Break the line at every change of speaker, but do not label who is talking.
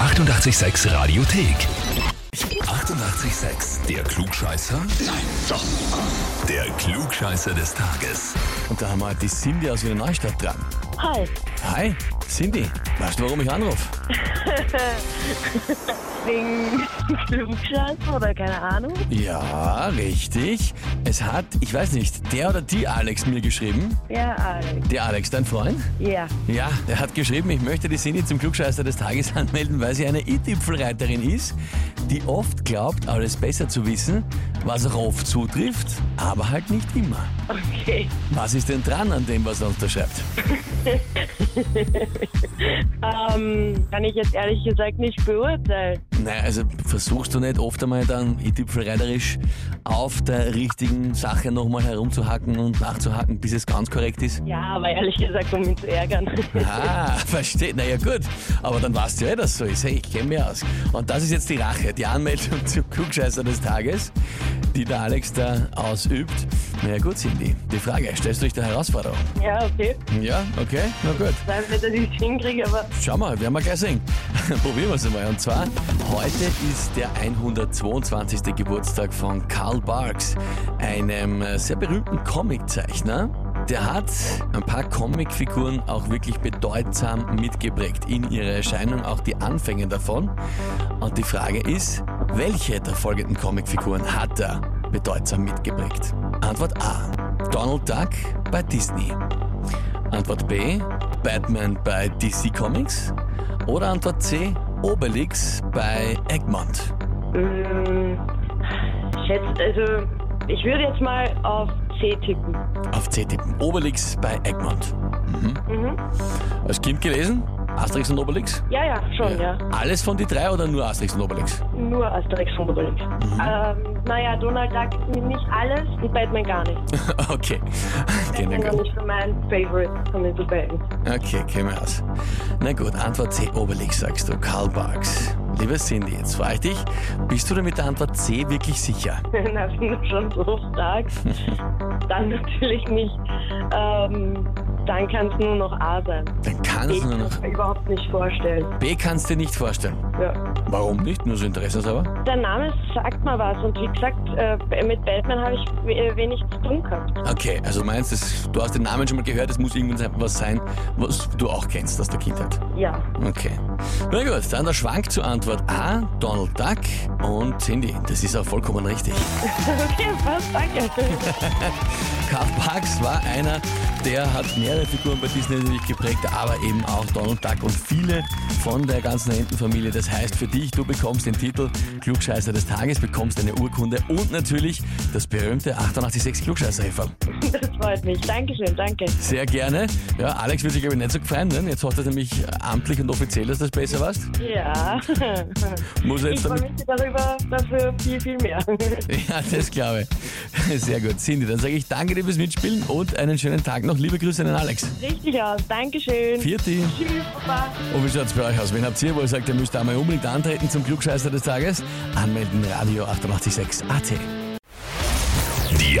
886 Radiothek. 88,6. Der Klugscheißer? Nein, doch. Der Klugscheißer des Tages.
Und da haben wir die Cindy aus Wiener Neustadt dran.
Hi.
Hi, Cindy. Weißt du, warum ich anrufe?
Wegen Klugscheiße oder keine Ahnung?
Ja, richtig. Es hat, ich weiß nicht, der oder die Alex mir geschrieben.
Ja, Alex.
Der Alex, dein Freund?
Ja.
Ja, der hat geschrieben, ich möchte die Cindy zum Klugscheißer des Tages anmelden, weil sie eine i-Tüpfelreiterin ist, die oft glaubt, alles besser zu wissen, was auch oft zutrifft, aber halt nicht immer.
Okay.
Was ist denn dran an dem, was er uns da schreibt?
Ähm, kann ich jetzt ehrlich gesagt nicht beurteilen.
Naja, also versuchst du nicht oft einmal dann i-Tüpfelreiterisch auf der richtigen Sache nochmal herumzuhacken und nachzuhacken, bis es ganz korrekt ist?
Ja, aber ehrlich gesagt, um ihn zu ärgern.
Ah, verstehe. Naja, gut. Aber dann weißt du ja, eh, dass so ist. Hey, ich kenne mich aus. Und das ist jetzt die Rache, die Anmeldung zum Klugscheißer des Tages, die der Alex da ausübt. Naja, gut, Cindy. Die Frage, stellst du dich der Herausforderung?
ja, okay.
Ja, okay. Na gut.
Sei mir, dass ich es hinkriege, aber
Schau mal, werden wir gleich sehen. Probieren wir es einmal. Und zwar, heute ist der 122. Geburtstag von Karl Barks, einem äh, sehr berühmten Comiczeichner. Der hat ein paar Comicfiguren auch wirklich bedeutsam mitgeprägt in ihrer Erscheinung, auch die Anfänge davon. Und die Frage ist, welche der folgenden Comicfiguren hat er bedeutsam mitgeprägt? Antwort A. Donald Duck bei Disney. Antwort B, Batman bei DC Comics. Oder Antwort C, Obelix bei Egmont.
ähm, schätzt, also ich würde jetzt mal auf C tippen.
Auf C tippen. Obelix bei Egmont.
Mhm.
Als Kind gelesen? Asterix und Obelix?
Ja, ja, schon, ja.
Alles von die drei oder nur Asterix und Obelix?
Nur Asterix und Obelix. Ähm, naja, Donald Duck nicht alles und Batman gar nicht.
okay. Okay, na
Batman
gut.
ist schon mein Favorite von den Superhelden.
Okay, käme aus. Na gut, Antwort C, Obelix, sagst du. Karl Barks. Liebe Cindy, jetzt frage ich dich, bist du dir mit der Antwort C wirklich sicher?
Na, wenn du schon so fragst, dann natürlich nicht. Ähm, dann kann es nur noch A sein.
Dann kann
Ich
es nur
kann
noch...
es mir überhaupt nicht vorstellen.
B kannst du dir nicht vorstellen.
Ja.
Warum nicht? Nur so interessenshalber?
Der Name sagt mal was und wie gesagt, äh, mit Batman habe ich we- äh, wenig zu tun gehabt.
Okay, also du meinst du, du hast den Namen schon mal gehört, es muss irgendwas sein, was du auch kennst aus der Kindheit.
Ja.
Okay. Na gut, dann der Schwank zur Antwort A, Donald Duck und Cindy. Das ist auch vollkommen richtig.
Okay, passt, danke.
Karl Barks war einer, der hat mehrere Figuren bei Disney natürlich geprägt, aber eben auch Donald Duck und viele von der ganzen Entenfamilie. Das heißt für dich, du bekommst den Titel Klugscheißer des Tages, bekommst eine Urkunde und natürlich das berühmte 886 Klugscheißer-Heferl.
Das freut mich. Dankeschön, danke.
Sehr gerne. Ja, Alex wird sich glaube ich nicht so gefallen, ne? Jetzt hast du nämlich amtlich und offiziell, dass das besser warst.
Ja.
Muss er
Ich
jetzt
freue
damit.
mich darüber, dafür viel, viel mehr.
Ja, das glaube ich. Sehr gut. Cindy, dann sage ich danke dir fürs Mitspielen und einen schönen Tag noch. Liebe Grüße an den Alex.
Richtig aus. Dankeschön.
Vierti.
Tschüss, Papa.
Und wie schaut's bei euch aus? Wen habt ihr, wo ihr sagt, ihr müsst einmal unbedingt antreten zum Klugscheißer des Tages? Anmelden, Radio 886 AT.
Die